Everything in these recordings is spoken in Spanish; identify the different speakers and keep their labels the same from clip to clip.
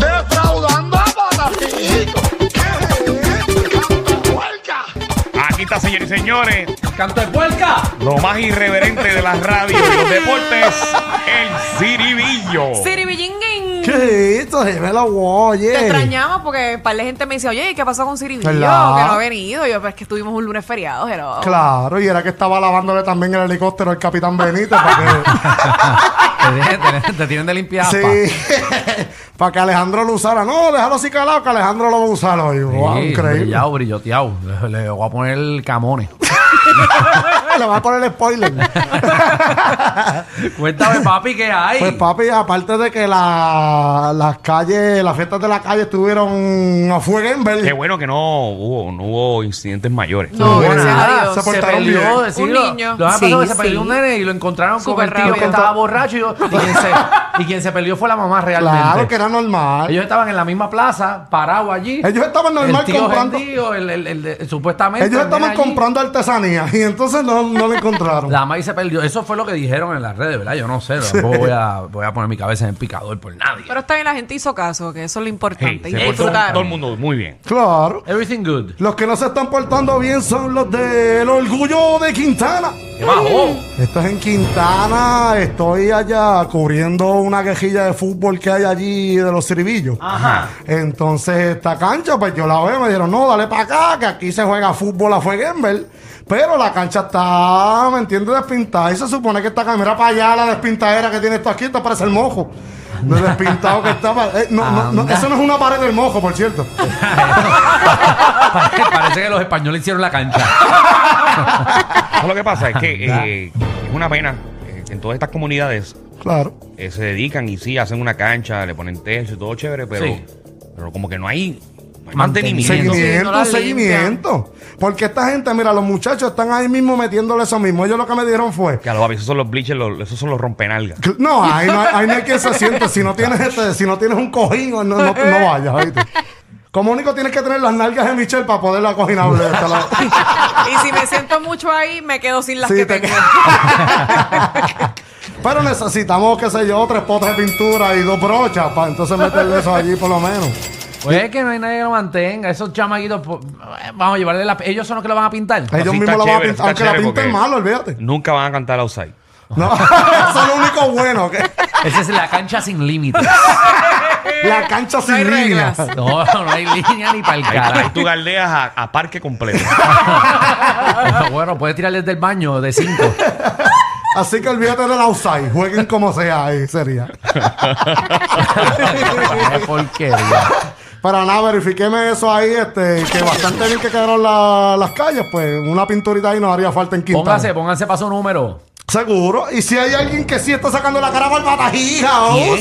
Speaker 1: defraudando a Botafico.
Speaker 2: Aquí está, señores y señores,
Speaker 3: ¡Canto de puerca!
Speaker 2: lo más irreverente de la radio y los deportes, el Ciribillo.
Speaker 4: Siribillingin.
Speaker 3: ¿Qué es esto? Dímelo, oye.
Speaker 4: Te extrañamos porque un par de gente me dice, oye, ¿qué pasó con Siribillo?
Speaker 3: Claro.
Speaker 4: Que no ha venido. Yo, pues que estuvimos un lunes feriado, pero.
Speaker 3: Claro, y era que estaba lavándole también el helicóptero al Capitán Benítez para
Speaker 5: Te, dejan- te- te tienen de limpiar. pa.
Speaker 3: que... sí, para que Alejandro lo usara. No, déjalo así calado que Alejandro lo va a usar hoy. Wow,
Speaker 5: Sí,
Speaker 3: increíble.
Speaker 5: Brillau, brilloteado. Le, le voy a poner camones.
Speaker 3: Eh, Le va a poner spoiler.
Speaker 5: Cuéntame, papi, ¿qué hay?
Speaker 3: Pues papi, aparte de que la- las calles, las fiestas de la calle estuvieron a fuego en
Speaker 2: Qué
Speaker 3: verde.
Speaker 2: bueno que no hubo, no hubo incidentes mayores.
Speaker 4: No,
Speaker 3: Bueno,
Speaker 4: gracias a
Speaker 3: nada,
Speaker 4: Dios.
Speaker 3: se
Speaker 5: se
Speaker 3: portaron
Speaker 5: perdió,
Speaker 3: bien.
Speaker 5: decirlo.
Speaker 4: Un niño.
Speaker 5: Lo que
Speaker 4: Sí,
Speaker 5: pasó es que se
Speaker 4: sí.
Speaker 5: perdió un nene y lo encontraron
Speaker 4: Súper
Speaker 5: con el tío
Speaker 4: rápido.
Speaker 5: que estaba borracho. Y, yo- y quien, se, y quien se perdió fue la mamá realmente.
Speaker 3: Claro que era normal.
Speaker 5: Ellos estaban en la misma plaza, parados allí.
Speaker 3: Ellos estaban normal
Speaker 5: el tío
Speaker 3: comprando.
Speaker 5: Gentío, el, el- el- el- supuestamente.
Speaker 3: Ellos
Speaker 5: el nene
Speaker 3: estaban
Speaker 5: allí.
Speaker 3: comprando artesanía y entonces no, no le encontraron.
Speaker 5: La mamá y se perdió. Eso fue lo que dijeron en las redes, ¿verdad? Yo no sé. Tampoco voy a, voy a poner mi cabeza en el picador por nadie.
Speaker 4: Pero está bien, la gente hizo caso, que eso es lo
Speaker 2: Hey,
Speaker 4: importante.
Speaker 2: se
Speaker 4: y
Speaker 2: portó
Speaker 4: disfrutar.
Speaker 2: todo el mundo muy bien.
Speaker 3: Claro.
Speaker 5: Everything good.
Speaker 3: Los que no se están portando bien son los del orgullo de Quintana.
Speaker 5: ¿Qué bajó?
Speaker 3: Esto es en Quintana, estoy allá cubriendo una quejilla de fútbol que hay allí de los Cervillos.
Speaker 5: Ajá.
Speaker 3: Entonces esta cancha, pues yo la veo, me dijeron, no, dale para acá, que aquí se juega fútbol a Fueguenberg. Pero la cancha está, ¿me entiendes? Despintada. Y se supone que esta cámara para allá, la despintadera que tiene esto aquí, esto parece el mojo. Lo despintado que está. pa- eh, no, no, no,
Speaker 5: Anda.
Speaker 3: eso no es una pared del mojo, por cierto.
Speaker 5: Parece, parece que los españoles hicieron la cancha.
Speaker 2: Eso lo que pasa es que eh, es una pena eh, que en todas estas comunidades
Speaker 3: Claro.
Speaker 2: eh, se dedican y sí, hacen una cancha, le ponen techo y todo chévere, pero,
Speaker 5: Sí.
Speaker 2: pero como que no hay, no hay
Speaker 5: Mantenimiento.
Speaker 2: mantenimiento.
Speaker 4: Sí, no la
Speaker 3: Seguimiento,
Speaker 4: limpian.
Speaker 3: seguimiento. Porque esta gente, mira, los muchachos están ahí mismo metiéndole eso mismo. Ellos lo que me dijeron fue.
Speaker 2: Que a los avisos son los bleachers, los- esos son los rompenalgas.
Speaker 3: "Cl- No, ahí no, hay- ahí no hay quien se siente. Si no tienes este, si no tienes un cojín, no, no, no vayas, ¿oíste? Como único tienes que tener las nalgas de Michelle para poder la cojinable. esta, la-
Speaker 4: Y si me siento mucho ahí, me quedo sin las
Speaker 3: Sí,
Speaker 4: que
Speaker 3: te
Speaker 4: tengo.
Speaker 3: Pero necesitamos, qué sé yo, tres potas de pintura y dos brochas para entonces meterle eso allí por lo menos.
Speaker 5: Pues es que no hay nadie que lo mantenga. Esos chamaquitos, pues, eh, vamos a llevarle la. Ellos son los que lo van a pintar.
Speaker 3: Ellos
Speaker 2: Así está
Speaker 3: mismos lo van a
Speaker 2: chévere,
Speaker 3: pintar,
Speaker 2: así está
Speaker 3: aunque la
Speaker 2: chévere
Speaker 3: pinten
Speaker 2: porque
Speaker 3: mal, olvídate.
Speaker 2: Nunca van a cantar outside.
Speaker 3: No, eso es lo único bueno. que-
Speaker 5: Esa es la cancha sin límites.
Speaker 3: la cancha
Speaker 4: No hay
Speaker 3: sin líneas.
Speaker 4: reglas.
Speaker 5: No, no hay línea ni para el
Speaker 2: Ahí, ahí
Speaker 5: cara.
Speaker 2: tú galdeas a, a parque completo.
Speaker 5: Bueno, puedes tirar desde el baño de cinco.
Speaker 3: Así que olvídate del outside, jueguen como sea, ahí sería.
Speaker 5: Qué porquería.
Speaker 3: Para nada, verifiqueme eso ahí, este, que bastante bien que quedaron la- las calles, pues una pinturita ahí nos haría falta en Quintana.
Speaker 5: Póngase, pónganse para su número.
Speaker 3: Seguro. Y si hay alguien que sí está sacando la cara para el batajija, vamos.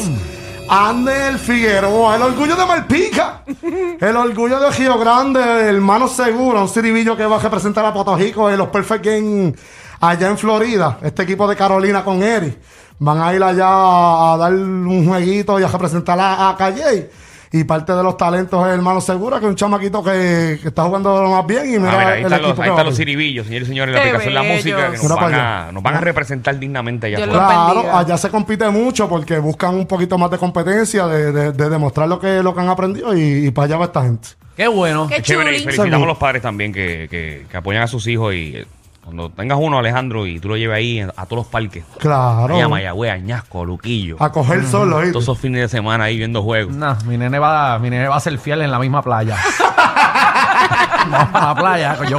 Speaker 3: Ander Figueroa, el orgullo de Malpica, el orgullo de Río Grande, hermano seguro, un ciribillo que va a representar a Puerto Rico en los Perfect Games allá en Florida. Este equipo de Carolina con Eri van a ir allá a dar un jueguito y a representar a, a Calle. Y parte de los talentos es hermano seguro, que es un chamaquito que, que está jugando lo más bien. Y
Speaker 2: A
Speaker 3: mira,
Speaker 2: ver, Ah, ahí
Speaker 3: el
Speaker 2: están los,
Speaker 3: equipo
Speaker 2: ahí
Speaker 3: que va
Speaker 2: están
Speaker 3: a
Speaker 2: los
Speaker 3: ir.
Speaker 2: ciribillos, señores y señores, la
Speaker 4: Qué
Speaker 2: aplicación de la
Speaker 4: bellos.
Speaker 2: música que nos
Speaker 3: Mira
Speaker 2: van,
Speaker 3: pa' allá.
Speaker 2: a, nos van a representar dignamente allá
Speaker 4: Yo
Speaker 2: afuera.
Speaker 4: los
Speaker 3: Claro,
Speaker 4: bendiga.
Speaker 3: allá se compite mucho porque buscan un poquito más de competencia, de, de- de demostrar lo que, lo que han aprendido y, y para allá va esta gente.
Speaker 5: Qué bueno.
Speaker 4: Qué
Speaker 2: Chévere, y
Speaker 4: chuli.
Speaker 2: felicitamos a
Speaker 3: Salud.
Speaker 2: los padres también que, que- que apoyan a sus hijos y eh, cuando tengas uno, Alejandro, y tú lo lleves ahí a, a todos los parques.
Speaker 3: Claro.
Speaker 2: Ahí a Mayagüez, a Ñasco, a Luquillo.
Speaker 3: A coger solo, ¿oíste?
Speaker 2: Todos esos fines de semana ahí viendo
Speaker 3: Mm.
Speaker 2: juegos.
Speaker 5: No, mi nene va, mi nene va a ser fiel en la misma playa. Vamos a la playa, yo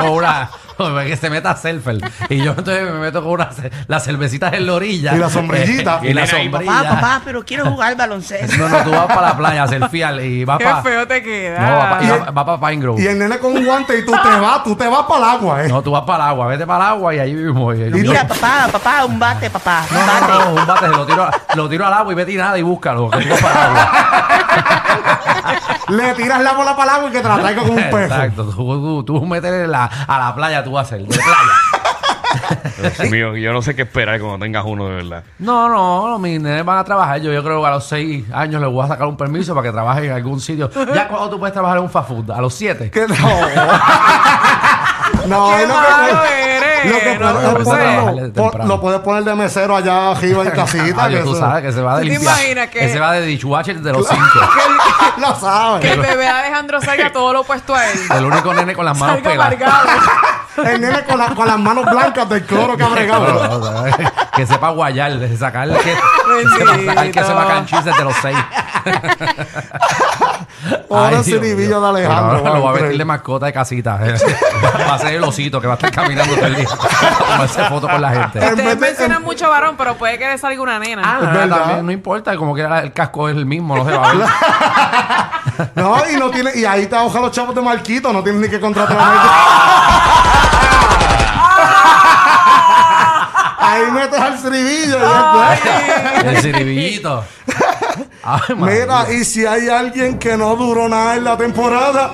Speaker 5: con una que se meta selfie y yo entonces me meto con una ce- las cervecitas en la orilla
Speaker 3: Y la sombrillita.
Speaker 5: y
Speaker 2: Viene
Speaker 5: la
Speaker 2: ahí,
Speaker 5: sombrilla.
Speaker 6: Papá, papá, pero quiero jugar baloncesto.
Speaker 5: No, no, tú vas para la playa a ser fiel y vas
Speaker 4: Qué
Speaker 5: para
Speaker 4: feo te
Speaker 5: No, va
Speaker 4: queda.
Speaker 5: para va, va pa Pine Grove.
Speaker 3: Y el nene con un guante y tú te vas, tú te vas para el agua, ¿eh?
Speaker 5: No, tú vas para el agua, vete para el agua y ahí vivimos. Y-
Speaker 3: tú-
Speaker 6: Mira, papá, papá, un bate, papá. un
Speaker 5: No,
Speaker 6: bate.
Speaker 5: no, no, un bate, lo tiro, a- lo tiro al agua y vete y nada y búscalo. que tú vas para el agua.
Speaker 3: le tiras la bola para el agua y que te la traiga con un peso.
Speaker 5: Exacto, tú, tú, tú métele la- a la playa, tú vas a hacer, de playa.
Speaker 2: Dios mío, yo no sé qué esperar cuando tengas uno de verdad.
Speaker 5: No, no, no, mis nenes van a trabajar. Yo, yo creo que a los seis años les voy a sacar un permiso para que trabajen en algún sitio. Ya cuando tú puedes trabajar en un fast food, a los siete.
Speaker 3: Que no. No,
Speaker 4: Qué
Speaker 3: es lo
Speaker 4: malo
Speaker 3: que,
Speaker 4: eres.
Speaker 3: lo que
Speaker 4: No,
Speaker 3: puedes
Speaker 5: no, no,
Speaker 3: ponerlo-
Speaker 5: no, no,
Speaker 3: pon-
Speaker 5: temprano.
Speaker 3: lo puedes poner de mesero allá arriba en casita.
Speaker 5: Ah, yo,
Speaker 3: que
Speaker 5: tú
Speaker 3: eso-
Speaker 5: sabes que se va de
Speaker 4: ¿Tú te
Speaker 5: limpiar.
Speaker 4: imaginas que-
Speaker 5: Que se va de dishwasher de los cinco.
Speaker 3: Lo
Speaker 4: Que el
Speaker 3: sabes.
Speaker 4: bebé Alejandro salga todo lo opuesto a él.
Speaker 5: El único nene con las manos
Speaker 4: Salga
Speaker 5: peladas.
Speaker 4: amargado.
Speaker 3: El nene con, la- con las manos blancas del cloro que ha bregado.
Speaker 5: No, no, no, que sepa guayar, de sacarle que, que sepa, sacar que
Speaker 4: Bendito.
Speaker 5: sepa canchir desde los seis.
Speaker 3: Ahora
Speaker 5: Ay,
Speaker 3: el
Speaker 5: Dios
Speaker 3: siribillo
Speaker 5: mío.
Speaker 3: de Alejandro.
Speaker 5: Pero ahora lo va a vestir de
Speaker 3: increíble.
Speaker 5: mascota de casita. eh. va a ser el osito que va a estar caminando todo el día. Tomarse fotos con la gente.
Speaker 3: En vez
Speaker 4: Ustedes
Speaker 3: de-
Speaker 4: mencionan mucho varón, pero puede que le salga una nena.
Speaker 5: Ah,
Speaker 3: es
Speaker 5: no,
Speaker 3: verdad.
Speaker 5: también, no importa, como que el casco es el mismo, no se va a ver.
Speaker 3: No, y no tiene, y ahí te ahoja los chavos de Marquito, no tienes ni que contratar a Marquito. Ahí metes al siribillo y es bueno.
Speaker 5: El ciribillito. Ay,
Speaker 3: Mira,
Speaker 5: madre.
Speaker 3: y si hay alguien que no duró nada en la temporada,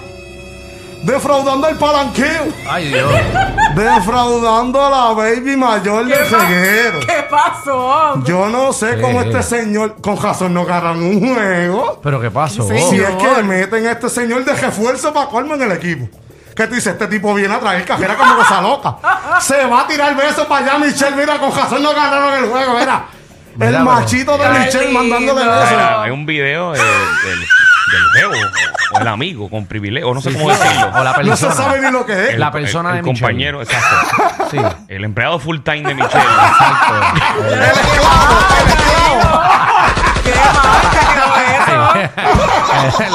Speaker 3: defraudando el palanqueo,
Speaker 5: Ay, Dios.
Speaker 3: defraudando a la baby mayor del
Speaker 4: pa-
Speaker 3: ceguero.
Speaker 4: ¿Qué pasó?
Speaker 3: Yo no sé cómo
Speaker 5: Sí.
Speaker 3: este señor, con razón, no ganan un juego.
Speaker 5: Pero ¿qué pasó?
Speaker 3: Si es que meten a este señor de refuerzo para colmo en el equipo. Que tú dices, este tipo viene a traer cajera como cosa loca. Se va a tirar besos para allá, Michelle. Mira, con razón no ganaron el juego, mira.
Speaker 5: Mira,
Speaker 3: el
Speaker 5: pero-
Speaker 3: machito de
Speaker 4: Qué
Speaker 3: Michelle
Speaker 4: lindo.
Speaker 3: mandándole besos.
Speaker 4: Ah.
Speaker 2: Hay, hay un video de- del, del jevo o el amigo con privilegio, o no sé cómo decirlo.
Speaker 5: O la
Speaker 3: No se
Speaker 5: persona.
Speaker 3: sabe ni lo que es.
Speaker 2: El-
Speaker 5: la persona
Speaker 2: el,
Speaker 5: de
Speaker 2: el
Speaker 5: Michelle.
Speaker 2: compañero, exacto.
Speaker 5: Sí.
Speaker 2: El empleado full time de Michelle.
Speaker 5: Exacto.
Speaker 3: El esclavo, el esclavo.
Speaker 4: ¿Qué marca quedó eso?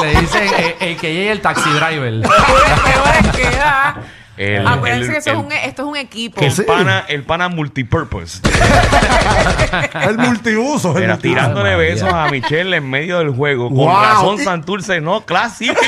Speaker 5: Le dicen eh, el que llegue el taxi driver.
Speaker 4: Peor es que da.
Speaker 2: El, el-
Speaker 4: Acuérdense que Ah, pues, eso es
Speaker 2: el-
Speaker 4: un- e- esto es un equipo.
Speaker 2: el pana, el pana multipurpose.
Speaker 3: El multiuso. El
Speaker 2: Era
Speaker 3: multiuso.
Speaker 2: tirándole
Speaker 5: María.
Speaker 2: besos a Michelle en medio del juego. Con
Speaker 3: Wow.
Speaker 2: razón Santurce no clasifica.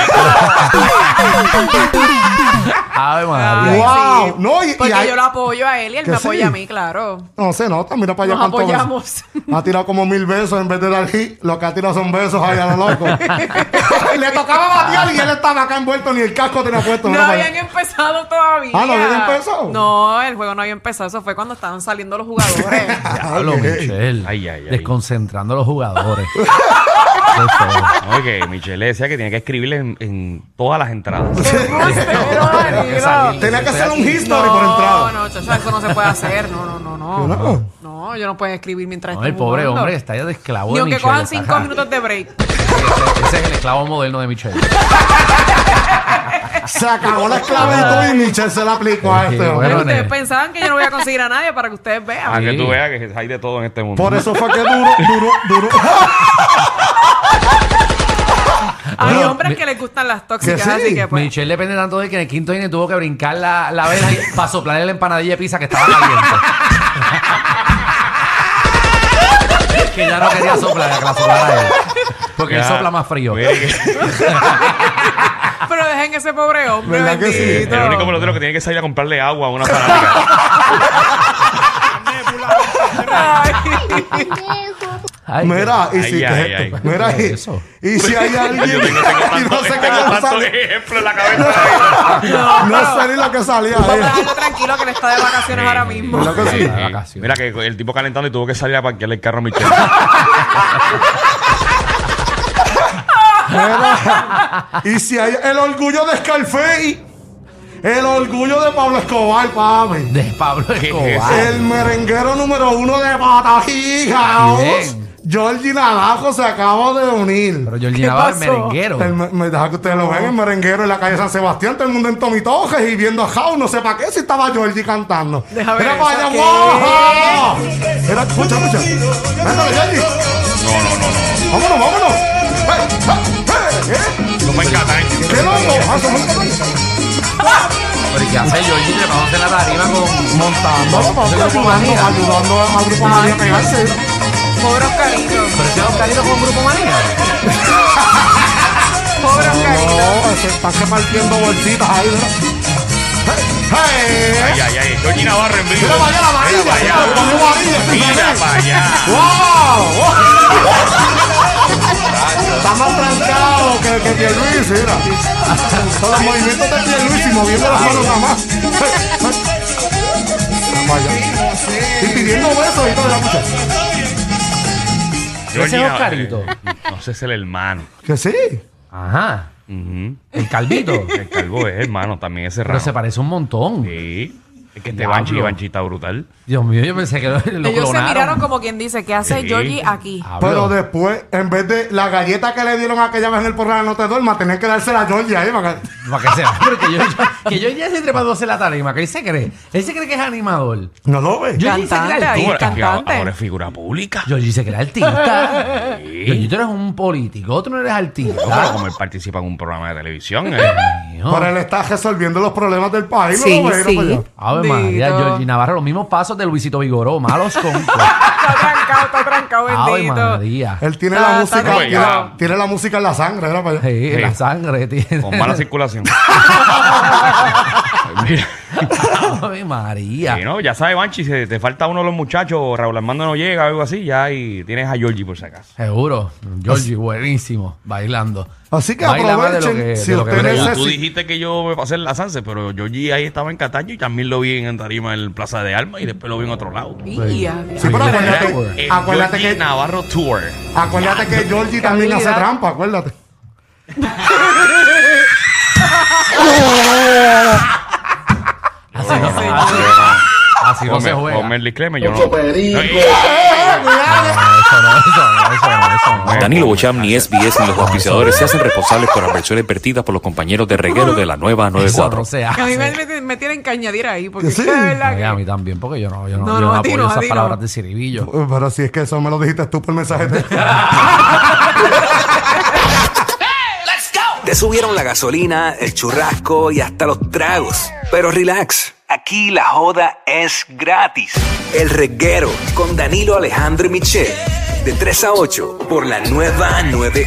Speaker 5: Ave María.
Speaker 4: Ay,
Speaker 3: Wow. No, y- y
Speaker 4: Porque
Speaker 3: hay-
Speaker 4: yo lo apoyo a él y él
Speaker 3: Que
Speaker 4: me
Speaker 3: sí.
Speaker 4: apoya a mí, claro.
Speaker 3: No se nota, mira para allá
Speaker 4: Nos
Speaker 3: cuántos besos.
Speaker 4: apoyamos.
Speaker 3: Ha tirado como mil besos en vez de dar hit. Lo que ha tirado son besos allá a lo loco. Le tocaba batear y él estaba acá envuelto, ni el casco tenía puesto.
Speaker 4: No,
Speaker 3: mira para allá.
Speaker 4: habían empezado todavía.
Speaker 3: Ah, ¿no habían empezado?
Speaker 4: No, el juego no había empezado. Eso fue cuando estaban saliendo los jugadores.
Speaker 5: Diablo,
Speaker 3: Ok.
Speaker 5: Michelle.
Speaker 2: Ay, ay, ay.
Speaker 5: Desconcentrando a los jugadores. Qué feo.
Speaker 2: No, que Michelle le decía que tenía que escribirle en, en todas las entradas.
Speaker 4: Pero,
Speaker 5: Pero que salí.
Speaker 3: Tenía que
Speaker 5: Estoy
Speaker 3: hacer un
Speaker 5: aquí.
Speaker 3: history por
Speaker 4: No,
Speaker 3: entrada.
Speaker 4: no, chacho, eso no se puede hacer. No, no, no, no.
Speaker 3: No.
Speaker 4: No, yo no puedo escribir mientras
Speaker 5: No,
Speaker 4: estoy
Speaker 5: el pobre
Speaker 4: jugando.
Speaker 5: hombre está ya de esclavo
Speaker 4: Ni
Speaker 5: de
Speaker 4: aunque
Speaker 5: Michelle.
Speaker 4: cojan
Speaker 5: está
Speaker 4: cinco
Speaker 5: acá.
Speaker 4: minutos de break.
Speaker 5: Ese, ese es el esclavo moderno de Michelle.
Speaker 3: Se acabó la esclavitud y Michelle se la aplicó a
Speaker 5: Qué
Speaker 3: este
Speaker 5: bueno.
Speaker 3: hombre.
Speaker 5: Pero
Speaker 4: Pero ustedes
Speaker 5: ne-
Speaker 4: pensaban que yo no voy a conseguir a nadie para que ustedes
Speaker 2: Para
Speaker 4: vean.
Speaker 2: que
Speaker 5: Sí.
Speaker 2: tú veas que hay de todo en este mundo.
Speaker 3: Por eso fue que duro, duro, duro.
Speaker 4: Hay
Speaker 5: Bueno,
Speaker 4: hombres
Speaker 5: mi-
Speaker 4: que les gustan las tóxicas,
Speaker 3: Que sí.
Speaker 4: así que pues.
Speaker 5: Michelle depende tanto de que en el quinto inning tuvo que brincar la, la vela y- para soplar la empanadilla de pizza que estaba caliente. que ya no quería soplar, que la soplara él. Porque él
Speaker 2: Ya.
Speaker 5: sopla más frío.
Speaker 2: Mira que- eh,
Speaker 4: Pero dejen ese pobre hombre.
Speaker 3: ¿Verdad que sí?
Speaker 2: Eh,
Speaker 4: bendito.
Speaker 2: el único pelotero que tiene que salir a comprarle agua a una fanática.
Speaker 4: Ay.
Speaker 5: Ay,
Speaker 3: Mira, y
Speaker 2: Ay, ay,
Speaker 3: si
Speaker 2: ay.
Speaker 3: esto, mira,
Speaker 5: ¿Qué
Speaker 3: y,
Speaker 5: es eso?
Speaker 3: y si hay
Speaker 2: Yo
Speaker 3: alguien
Speaker 2: tengo, tengo
Speaker 3: y
Speaker 2: tanto,
Speaker 3: no sé qué
Speaker 2: tengo
Speaker 3: no
Speaker 2: tantos
Speaker 3: sale,
Speaker 2: ejemplos en la cabeza.
Speaker 3: no sé ni lo que salía.
Speaker 4: Vamos a
Speaker 3: eh.
Speaker 4: dejarlo tranquilo que le está de vacaciones ahora mismo.
Speaker 3: ¿Verdad que sí?
Speaker 5: De vacaciones.
Speaker 2: Eh, Mira que el tipo calentando y tuvo que salir a parquearle el carro a Michelle.
Speaker 3: Mira, y si hay el orgullo de Scarface, el orgullo de Pablo Escobar, papi.
Speaker 5: De Pablo Escobar.
Speaker 3: El merenguero número uno de Patajijas.
Speaker 5: Bien.
Speaker 3: Georgie Navajo se acaba de unir.
Speaker 5: Pero yo llenaba el
Speaker 4: pasó?
Speaker 5: merenguero.
Speaker 3: El me, me deja que ustedes lo vean, el merenguero en la calle San Sebastián, todo el mundo en tomitojes y viendo a Jau, no sé para qué, si estaba Georgie cantando.
Speaker 4: Deja ver
Speaker 3: Mira
Speaker 4: eso,
Speaker 3: para allá,
Speaker 4: ¿qué?
Speaker 3: guau. Mira, escucha, escucha. Métale, Georgie. No, no, no, no. Vámonos, vámonos. ¡Eh, eh, eh,
Speaker 2: No me encanta, ¿eh?
Speaker 3: eh! ¡Qué loco! Ah, somos-
Speaker 5: Pero ¿y qué hace yo? Y trepándose en la tarima con montando.
Speaker 3: Vamos, vamos,
Speaker 5: Ese grupo
Speaker 3: ayudando,
Speaker 5: manía.
Speaker 3: ayudando a Grupo María a pegarse.
Speaker 4: Pobre Oscarito.
Speaker 5: Pero ese Oscarito con grupo manía.
Speaker 4: Pobre
Speaker 3: No,
Speaker 4: Oscarito.
Speaker 3: se están repartiendo bolsitas ahí, ¿verdad?
Speaker 2: Ay,
Speaker 3: ¡Hey!
Speaker 2: ay, ay. Georgie Navarro en vivo.
Speaker 3: ¡Mira para allá
Speaker 2: Mira
Speaker 3: la amarilla!
Speaker 2: para allá.
Speaker 3: ¡Lo ponemos amarilla, sí,
Speaker 2: Mira
Speaker 3: sí.
Speaker 2: para allá.
Speaker 3: ¡Wow! Está más trancado que, que Pierluisi, mira. Con los movimientos de Pierluisi moviendo las manos nada más. Mira para allá. Y pidiendo besos y todo, la muchacha.
Speaker 2: Georgie
Speaker 5: Ese es
Speaker 2: Navarro.
Speaker 5: Oscarito.
Speaker 2: No, ese es el hermano.
Speaker 3: Que sí.
Speaker 5: Ajá.
Speaker 2: Ujú.
Speaker 5: El calvito.
Speaker 2: El calvo es hermano, también es
Speaker 5: Pero
Speaker 2: serrano.
Speaker 5: se parece un montón.
Speaker 2: Sí. Es que este
Speaker 5: Diablo.
Speaker 2: Banchi, Banchi está brutal.
Speaker 5: Dios mío, yo pensé que lo, lo
Speaker 4: Ellos se
Speaker 5: clonaron.
Speaker 4: miraron como quien dice, ¿qué hace
Speaker 2: Sí.
Speaker 4: Georgie aquí?
Speaker 5: Hablo.
Speaker 3: Pero después, en vez de la galleta que le dieron a aquella vez en el programa No te duermas, tenían que dársela a Georgie ahí. para que-
Speaker 5: Para que sea. Porque yo, yo- que yo ya estoy trepándose la tarima. Que él se cree. Él se cree que es animador.
Speaker 3: No lo ves.
Speaker 5: Yo dice que
Speaker 4: Cantante
Speaker 5: era
Speaker 2: Tú,
Speaker 4: ahí,
Speaker 2: es que
Speaker 4: cantante.
Speaker 2: ahora es figura pública.
Speaker 5: Yo dice que era artista. Georgie, tú eres un político. Tú no eres artista.
Speaker 2: No, pero como él participa en un programa de televisión, eh,
Speaker 5: Mío.
Speaker 3: Pero él está resolviendo los problemas del país.
Speaker 4: Sí,
Speaker 3: no lo ves,
Speaker 4: sí.
Speaker 3: no para allá.
Speaker 5: Ave
Speaker 4: Dito.
Speaker 5: María, Georgie Navarro, los mismos pasos de Luisito Vigoró, malos contos.
Speaker 4: Está trancado, está trancado,
Speaker 5: Ave
Speaker 4: bendito.
Speaker 5: María.
Speaker 3: Él tiene
Speaker 4: Ah, Está-
Speaker 3: la
Speaker 4: está
Speaker 3: música, tiene,
Speaker 2: complicado.
Speaker 3: tiene la música en la sangre, era para allá.
Speaker 5: Sí,
Speaker 2: Sí.
Speaker 5: la sangre tiene.
Speaker 2: con mala circulación. Mira,
Speaker 5: Ave María.
Speaker 2: sí, no, ya sabes, Banchi, si te falta uno de los muchachos, Raúl Armando no llega o algo así, ya y tienes a Georgie por si acaso.
Speaker 5: Seguro. Georgie, buenísimo, bailando.
Speaker 3: Así que
Speaker 5: Baila más de lo
Speaker 3: aprovechen.
Speaker 5: que-
Speaker 3: si
Speaker 5: de lo que
Speaker 3: usted
Speaker 5: brega.
Speaker 3: necesita.
Speaker 2: Tú dijiste que yo me pasé en la Sanse, pero Georgie ahí estaba en Cataño y también lo vi en Tarima en Plaza de Armas y después lo vi en otro lado.
Speaker 4: Y a-
Speaker 3: Sí, pero
Speaker 5: Tour.
Speaker 3: acuérdate,
Speaker 2: El
Speaker 3: acuérdate
Speaker 2: Georgie
Speaker 3: que, Ah,
Speaker 2: Navarro Tour.
Speaker 3: acuérdate que Georgie también hace trampa, acuérdate.
Speaker 5: Así
Speaker 2: Así
Speaker 5: no, así- así no se juega.
Speaker 2: Ponme el disclaimer, yo no.
Speaker 1: Mucho perico.
Speaker 5: No, eso no, eso no, eso no, eso no.
Speaker 7: Danilo Bocham, ni SBS, ni los auspiciadores se hacen responsables por adversiones vertidas por los compañeros de reguero de la nueva
Speaker 5: Eso
Speaker 7: 94.
Speaker 5: no se
Speaker 4: que a mí me,
Speaker 5: hace.
Speaker 4: me- me tienen que añadir ahí, porque
Speaker 3: Que
Speaker 4: es que
Speaker 3: sí.
Speaker 4: de verdad
Speaker 5: Ay, a
Speaker 4: que-
Speaker 5: mí también, porque yo no, yo no,
Speaker 4: No,
Speaker 5: yo
Speaker 4: no,
Speaker 5: no
Speaker 4: a ti
Speaker 5: apoyo
Speaker 4: no, a
Speaker 5: esas
Speaker 4: ti no.
Speaker 5: palabras de ciribillo.
Speaker 3: Uy, Pero si es que eso me lo dijiste tú por mensaje de
Speaker 8: Te subieron la gasolina, el churrasco y hasta los tragos. Pero relax, aquí la joda es gratis. El reguero con Danilo Alejandro y Michel, de 3 a 8 por la nueva 9.